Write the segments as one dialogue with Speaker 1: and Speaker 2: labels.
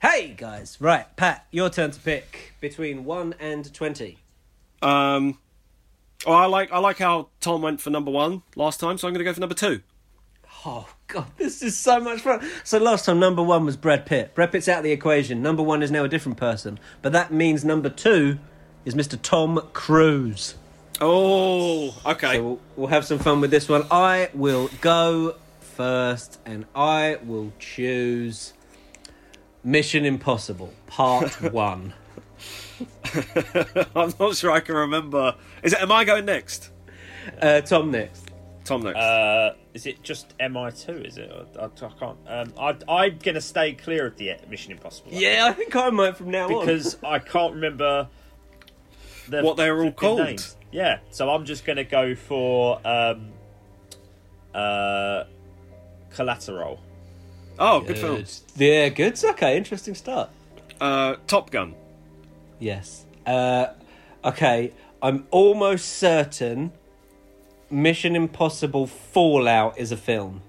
Speaker 1: Hey guys, right, Pat, your turn to pick between one and twenty.
Speaker 2: Um, oh, I like I like how Tom went for number one last time, so I'm going to go for number two.
Speaker 1: Oh god, this is so much fun. So last time number one was Brad Pitt. Brad Pitt's out of the equation. Number one is now a different person, but that means number two is Mr. Tom Cruise.
Speaker 2: Oh, okay.
Speaker 1: So we'll, we'll have some fun with this one. I will go first, and I will choose Mission Impossible Part One.
Speaker 2: I'm not sure I can remember. Is it? Am I going next?
Speaker 1: Uh, Tom next.
Speaker 2: Tom next.
Speaker 3: Uh, is it just MI2? Is it? I, I, I can't. Um, I, I'm going to stay clear of the uh, Mission Impossible. I
Speaker 1: Yeah, I think I might from now
Speaker 3: think,
Speaker 1: on.
Speaker 3: Because I can't remember the,
Speaker 2: What they were all
Speaker 3: flipping
Speaker 2: called.
Speaker 3: names. Yeah, so I'm just going to go for um, uh, Collateral.
Speaker 2: oh, good film.
Speaker 1: Yeah, good. Okay, interesting start.
Speaker 2: Uh, Top Gun.
Speaker 1: Yes. Uh, okay, I'm almost certain Mission Impossible Fallout is a film.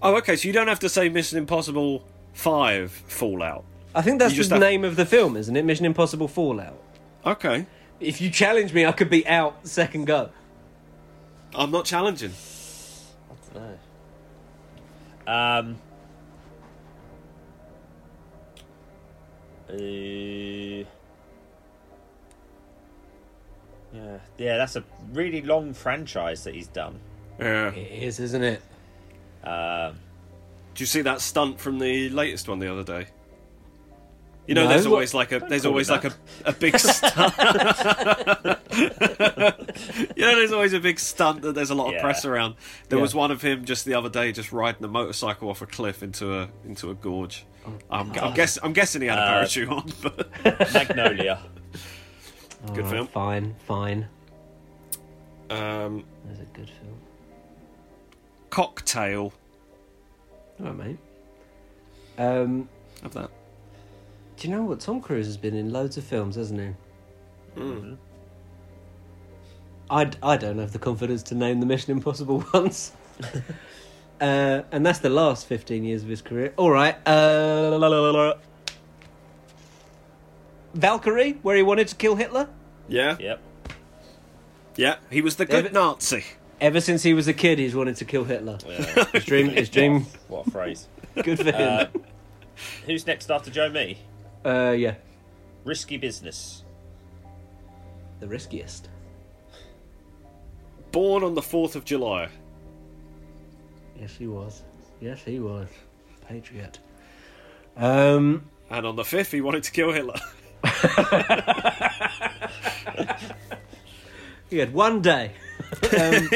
Speaker 2: Oh, okay. So you don't have to say Mission Impossible Five Fallout.
Speaker 1: I think that's
Speaker 2: You
Speaker 1: the
Speaker 2: just have-
Speaker 1: name of the film, isn't it? Mission Impossible Fallout.
Speaker 2: Okay.
Speaker 1: If you challenge me, I could be out second go.
Speaker 2: I'm not challenging.
Speaker 3: Um, uh, yeah, yeah, that's a really long franchise that he's done.
Speaker 2: Yeah.
Speaker 1: It is, isn't it?
Speaker 3: Um,
Speaker 2: Do you see that stunt from the latest one the other day? You know,
Speaker 1: No,
Speaker 2: there's
Speaker 1: what-
Speaker 2: always like a there's
Speaker 3: call
Speaker 2: always
Speaker 3: it
Speaker 2: like a, a big stunt. you know, there's always a big stunt that there's a lot of
Speaker 3: Yeah.
Speaker 2: press around. There
Speaker 1: Yeah.
Speaker 2: was one of him just the other day, just riding a motorcycle off a cliff into a into a gorge. I'm, I'm guess I'm guessing he had a
Speaker 3: Uh,
Speaker 2: parachute on, but
Speaker 3: Magnolia.
Speaker 2: good film.
Speaker 1: Fine, fine.
Speaker 2: Um,
Speaker 1: That's a good film.
Speaker 2: cocktail.
Speaker 1: All right, mate. Um,
Speaker 2: Have that.
Speaker 1: do you know what? Tom Cruise has been in loads of films, hasn't he? Hmm. I, I don't have the confidence to name the Mission Impossible ones. uh, and that's the last 15 years of his career. All right. Uh, la, la, la, la, la. Valkyrie, where he wanted to kill Hitler?
Speaker 2: Yeah, yeah.
Speaker 3: Yep.
Speaker 2: He was the
Speaker 1: Yeah, but-
Speaker 2: good Nazi.
Speaker 1: Ever since he was a kid, he's wanted to kill Hitler.
Speaker 3: Yeah.
Speaker 1: His dream, his dream,
Speaker 3: what a phrase.
Speaker 1: good for him.
Speaker 3: Who's next after Joe? Me.
Speaker 1: Uh, yeah,
Speaker 3: Risky business.
Speaker 1: the riskiest.
Speaker 2: Born on the fourth of July.
Speaker 1: Yes, he was. Yes, he was. Patriot. Um,
Speaker 2: And on the fifth, he wanted to kill Hitler.
Speaker 1: he had one day. um,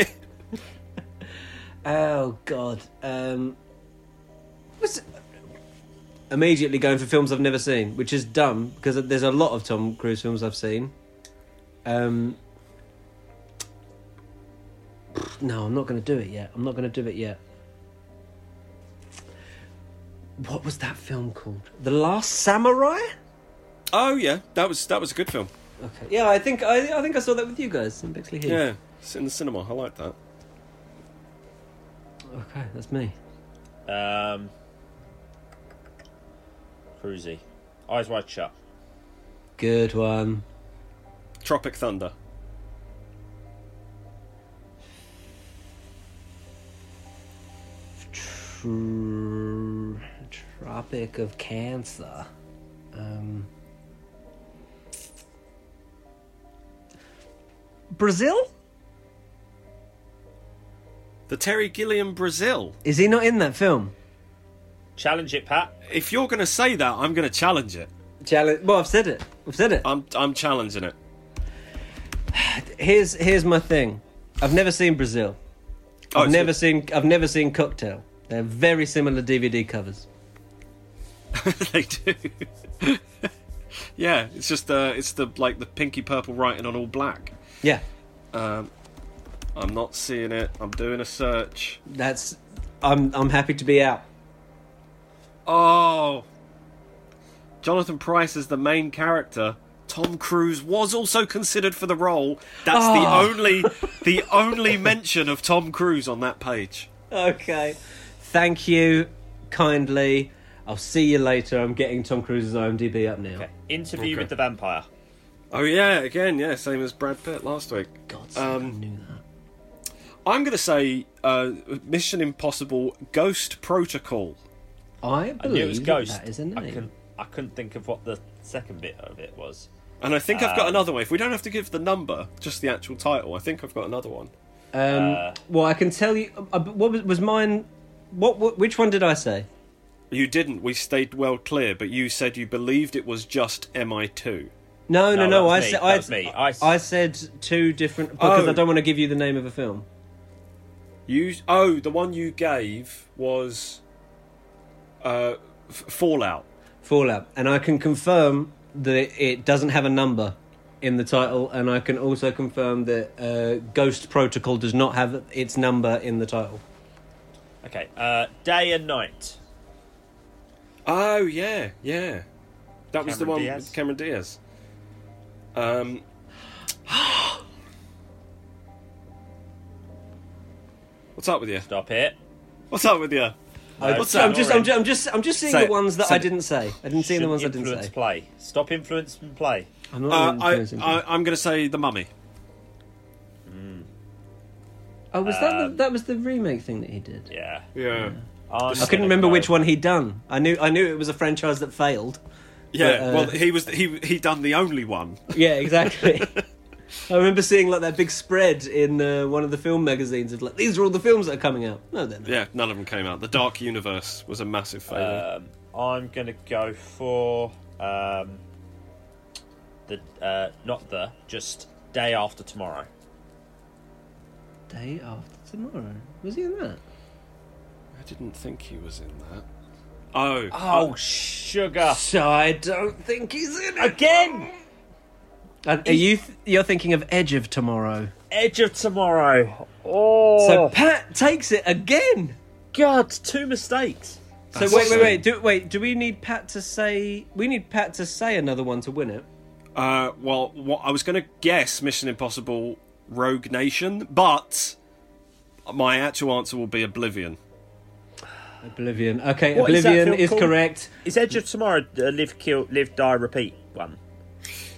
Speaker 1: oh God. Um, what's- immediately going for films I've never seen, which is dumb because there's a lot of Tom Cruise films I've seen. Um, no, I'm not going to do it yet. I'm not going to do it yet. What was that film called? The Last Samurai?
Speaker 2: Oh yeah, that was that was a good film.
Speaker 1: Okay. Yeah, I think I, I think I saw that with you guys in Bexley Heath.
Speaker 2: Yeah, it's in the cinema. I like that.
Speaker 1: Okay, that's me.
Speaker 3: Um, Cruzy. Eyes wide shut.
Speaker 1: Good one.
Speaker 2: Tropic Thunder.
Speaker 1: Tr- Tropic of Cancer. Um, Brazil?
Speaker 2: The Terry Gilliam Brazil.
Speaker 1: Is he not in that film?
Speaker 3: Challenge it, Pat.
Speaker 2: If you're going to say that, I'm going to challenge it.
Speaker 1: Challenge. Well, I've said it. I've said it.
Speaker 2: I'm I'm challenging it.
Speaker 1: Here's here's my thing. I've never seen Brazil.
Speaker 2: Oh,
Speaker 1: I've
Speaker 2: it's-
Speaker 1: never seen. I've never seen Cocktail. They're very similar DVD covers.
Speaker 2: they do. yeah, it's just uh, it's the like the pinky purple writing on all black.
Speaker 1: Yeah,
Speaker 2: Um, I'm not seeing it. I'm doing a search.
Speaker 1: that's. I'm I'm happy to be out.
Speaker 2: Oh, Jonathan Price is the main character. Tom Cruise was also considered for the role. That's the
Speaker 1: Oh.
Speaker 2: only the only mention of Tom Cruise on that page.
Speaker 1: Okay. Thank you kindly. I'll see you later. I'm getting Tom Cruise's IMDb up now.
Speaker 3: Okay. Interview
Speaker 2: Okay.
Speaker 3: with the Vampire.
Speaker 2: Oh yeah, again, yeah, same as Brad Pitt last week.
Speaker 1: God,
Speaker 2: Um,
Speaker 1: I knew that.
Speaker 2: I'm gonna say uh, Mission Impossible: Ghost Protocol.
Speaker 1: I
Speaker 3: I knew it was
Speaker 1: believe
Speaker 3: Ghost.
Speaker 1: that is a
Speaker 3: I,
Speaker 1: name.
Speaker 3: couldn't, I couldn't think of what the second bit of it was.
Speaker 2: And I think I've got
Speaker 3: Um,
Speaker 2: another one. If we don't have to give the number, just the actual title, I think I've got another one.
Speaker 1: Um,
Speaker 3: Uh,
Speaker 1: well, I can tell you. Uh, what was, was mine? What, what? Which one did I say?
Speaker 2: You didn't. We stayed well clear, but you said you believed it was just MI2.
Speaker 1: No, no,
Speaker 3: No,
Speaker 1: no.
Speaker 3: that was
Speaker 1: I
Speaker 3: me.
Speaker 1: said
Speaker 3: That
Speaker 1: I,
Speaker 3: was me.
Speaker 1: I,
Speaker 3: I-
Speaker 1: said two different because
Speaker 2: Oh.
Speaker 1: I don't want to give you the name of a film.
Speaker 2: You oh, the one you gave was uh, F- Fallout.
Speaker 1: Fallout, and I can confirm that it, it doesn't have a number in the title, and I can also confirm that uh, Ghost Protocol does not have its number in the title.
Speaker 3: Okay. Uh, day and night.
Speaker 2: Oh yeah, yeah. That was the
Speaker 3: Cameron
Speaker 2: one
Speaker 3: Diaz?
Speaker 2: with Cameron Diaz. Um. What's up with you?
Speaker 3: Stop it.
Speaker 2: What's up with you?
Speaker 1: I,
Speaker 2: What's
Speaker 1: I'm
Speaker 2: that?
Speaker 1: just, I'm just, I'm just, I'm just seeing
Speaker 2: Say
Speaker 1: the
Speaker 2: it.
Speaker 1: ones that
Speaker 2: Say
Speaker 1: I
Speaker 2: it.
Speaker 1: didn't say. I didn't see the
Speaker 3: Shouldn't
Speaker 1: ones I didn't
Speaker 3: influence
Speaker 1: say.
Speaker 3: play. Stop influence and play.
Speaker 1: I'm not
Speaker 2: Uh, I,
Speaker 1: influencing people.
Speaker 2: I, I'm going to say the Mummy.
Speaker 1: Oh, was that the, that was the remake thing that he did?
Speaker 3: Yeah.
Speaker 2: um, Yeah.
Speaker 3: I'm
Speaker 1: I couldn't
Speaker 3: gonna
Speaker 1: remember
Speaker 3: go-
Speaker 1: which one he'd done. I knew, I knew it was a franchise that failed.
Speaker 2: Yeah.
Speaker 1: But, uh,
Speaker 2: well, he was he he done the only one.
Speaker 1: Yeah, exactly. I remember seeing like that big spread in uh, one of the film magazines of like these are all the films that are coming out. No, they're not.
Speaker 2: Yeah. None of them came out. The Dark Universe was a massive failure.
Speaker 3: Um, I'm gonna go for um, the uh, not the just day after tomorrow.
Speaker 1: Day after tomorrow. Was he in that?
Speaker 2: I didn't think he was in that. Oh.
Speaker 3: Oh, sugar
Speaker 1: So I don't think he's in it.
Speaker 3: again!
Speaker 1: Uh, are you? Th- you're thinking of Edge of Tomorrow.
Speaker 3: Edge of tomorrow. Oh,
Speaker 1: So Pat takes it again.
Speaker 3: God, two mistakes.
Speaker 1: So
Speaker 2: That's
Speaker 1: wait, wait,
Speaker 2: awesome.
Speaker 1: wait. Do, wait, do we need Pat to say? We need Pat to say another one to win it.
Speaker 2: Uh, well, what I was going to guess Mission Impossible Rogue Nation, but my actual answer will be Oblivion.
Speaker 1: Oblivion. Okay,
Speaker 3: What is that
Speaker 1: Oblivion
Speaker 3: film
Speaker 1: is,
Speaker 3: called?
Speaker 1: correct.
Speaker 3: Is Edge of Tomorrow the live, kill, live, die, repeat one?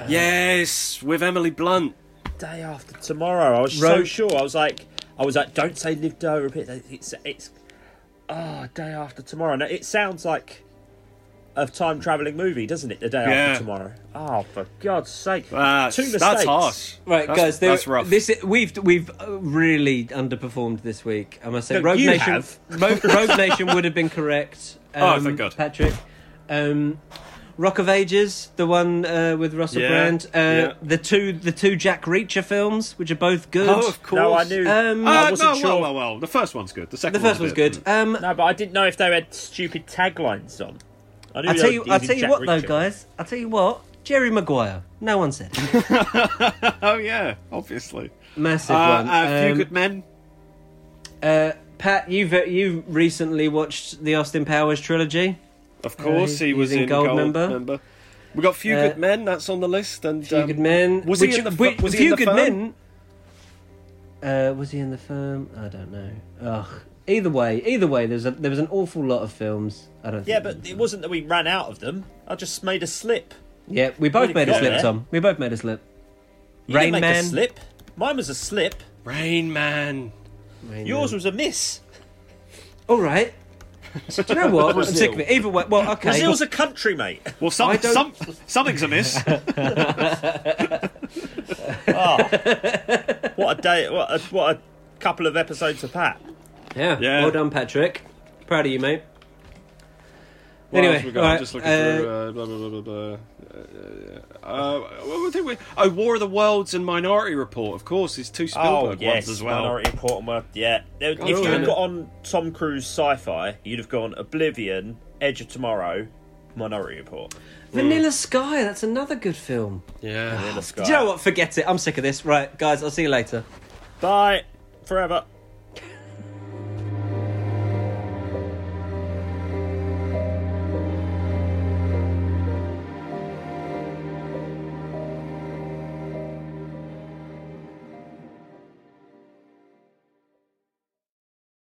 Speaker 1: Uh.
Speaker 2: yes, with Emily Blunt.
Speaker 3: Day after tomorrow. I was so
Speaker 1: Rogue-
Speaker 3: sure. I was like, I was like, don't say live, die, repeat. It's it's ah, day after tomorrow. Now, it sounds like a time traveling movie, doesn't it? The day
Speaker 2: Yeah.
Speaker 3: after tomorrow. Oh, for God's sake!
Speaker 2: That's,
Speaker 3: two mistakes.
Speaker 2: Uh, That's harsh.
Speaker 1: Right,
Speaker 2: That's-
Speaker 1: guys, there,
Speaker 2: that's rough.
Speaker 1: This i- we've we've uh, really underperformed this week. I must say,
Speaker 3: No,
Speaker 1: Rogue
Speaker 3: you
Speaker 1: Nation,
Speaker 3: have.
Speaker 1: Rogue, Rogue Nation would have been correct. Um,
Speaker 2: Oh, thank God.
Speaker 1: Patrick. Um, Rock of Ages, the one uh, with Russell
Speaker 2: Yeah,
Speaker 1: Brand, uh,
Speaker 2: yeah.
Speaker 1: the two the two Jack Reacher films, which are both good.
Speaker 2: oh, of course.
Speaker 3: No, I knew.
Speaker 1: Um,
Speaker 2: Uh,
Speaker 3: I wasn't
Speaker 2: no,
Speaker 3: sure.
Speaker 2: well, well, well. The first one's good. The second.
Speaker 1: the first
Speaker 2: one's
Speaker 1: one's
Speaker 2: a bit-
Speaker 1: good. Um,
Speaker 3: No, but I didn't know if they had stupid taglines on. I knew
Speaker 1: I
Speaker 3: they
Speaker 1: tell
Speaker 3: were
Speaker 1: you, I
Speaker 3: using
Speaker 1: tell you
Speaker 3: Jack
Speaker 1: what though,
Speaker 3: Reacher.
Speaker 1: guys, I tell you what, Jerry Maguire. No one said it.
Speaker 2: Oh yeah, obviously.
Speaker 1: massive
Speaker 2: Uh,
Speaker 1: one.
Speaker 2: a few
Speaker 1: Um,
Speaker 2: good men.
Speaker 1: uh, Pat, you've uh, you recently watched the Austin Powers trilogy.
Speaker 2: Of course,
Speaker 1: he's-
Speaker 2: he was
Speaker 1: he's in
Speaker 2: in Gold,
Speaker 1: Goldmember.
Speaker 2: Member. We got few
Speaker 1: Uh,
Speaker 2: good men. That's on the list. And
Speaker 1: Few
Speaker 2: um,
Speaker 1: Good Men.
Speaker 2: Was he
Speaker 1: Which-
Speaker 2: in the?
Speaker 1: which-
Speaker 2: fi- Was he
Speaker 1: Few
Speaker 2: in the
Speaker 1: Good
Speaker 2: firm?
Speaker 1: Men? Uh, was he in the firm? I don't know. Ugh. Either way, either way, there's a, there was an awful lot of films. I don't.
Speaker 3: Yeah,
Speaker 1: think
Speaker 3: but it wasn't that we ran out of them. I just made a slip.
Speaker 1: yeah, we both
Speaker 3: Really
Speaker 1: made a
Speaker 3: got
Speaker 1: slip,
Speaker 3: there.
Speaker 1: Tom. We both made a slip.
Speaker 3: You
Speaker 1: Rain
Speaker 3: didn't make
Speaker 1: Man.
Speaker 3: a slip. Mine was a slip.
Speaker 2: Rain Man.
Speaker 1: Rain
Speaker 3: Yours
Speaker 1: Man.
Speaker 3: was a miss.
Speaker 1: all right. Do you know what? I'm sick of it. Either way, well, okay.
Speaker 3: Brazil's a country, mate.
Speaker 2: Well, some,
Speaker 1: I don't-
Speaker 2: some something's amiss.
Speaker 3: What a day! What a, what a couple of episodes of that.
Speaker 1: Yeah.
Speaker 2: Yeah.
Speaker 1: Well done, Patrick. Proud of you, mate.
Speaker 2: What
Speaker 1: Anyway,
Speaker 2: else we got?
Speaker 1: all
Speaker 2: I'm
Speaker 1: right,
Speaker 2: just looking
Speaker 1: uh,
Speaker 2: through. Uh, blah, blah, blah, blah, blah. Uh, uh, what were they with- oh, War of the Worlds and Minority Report, of course, is two Spielberg ones as well.
Speaker 3: Oh, Minority Report and Worth. Yeah, There- if
Speaker 2: Oh,
Speaker 3: you
Speaker 2: yeah.
Speaker 3: had got on Tom Cruise sci-fi, you'd have gone Oblivion, Edge of Tomorrow, Minority Report.
Speaker 1: Vanilla Sky. That's another good film.
Speaker 2: Yeah.
Speaker 3: Vanilla Sky.
Speaker 1: Do you know what? Forget it. I'm sick of this. Right, guys. I'll see you later.
Speaker 3: Bye forever.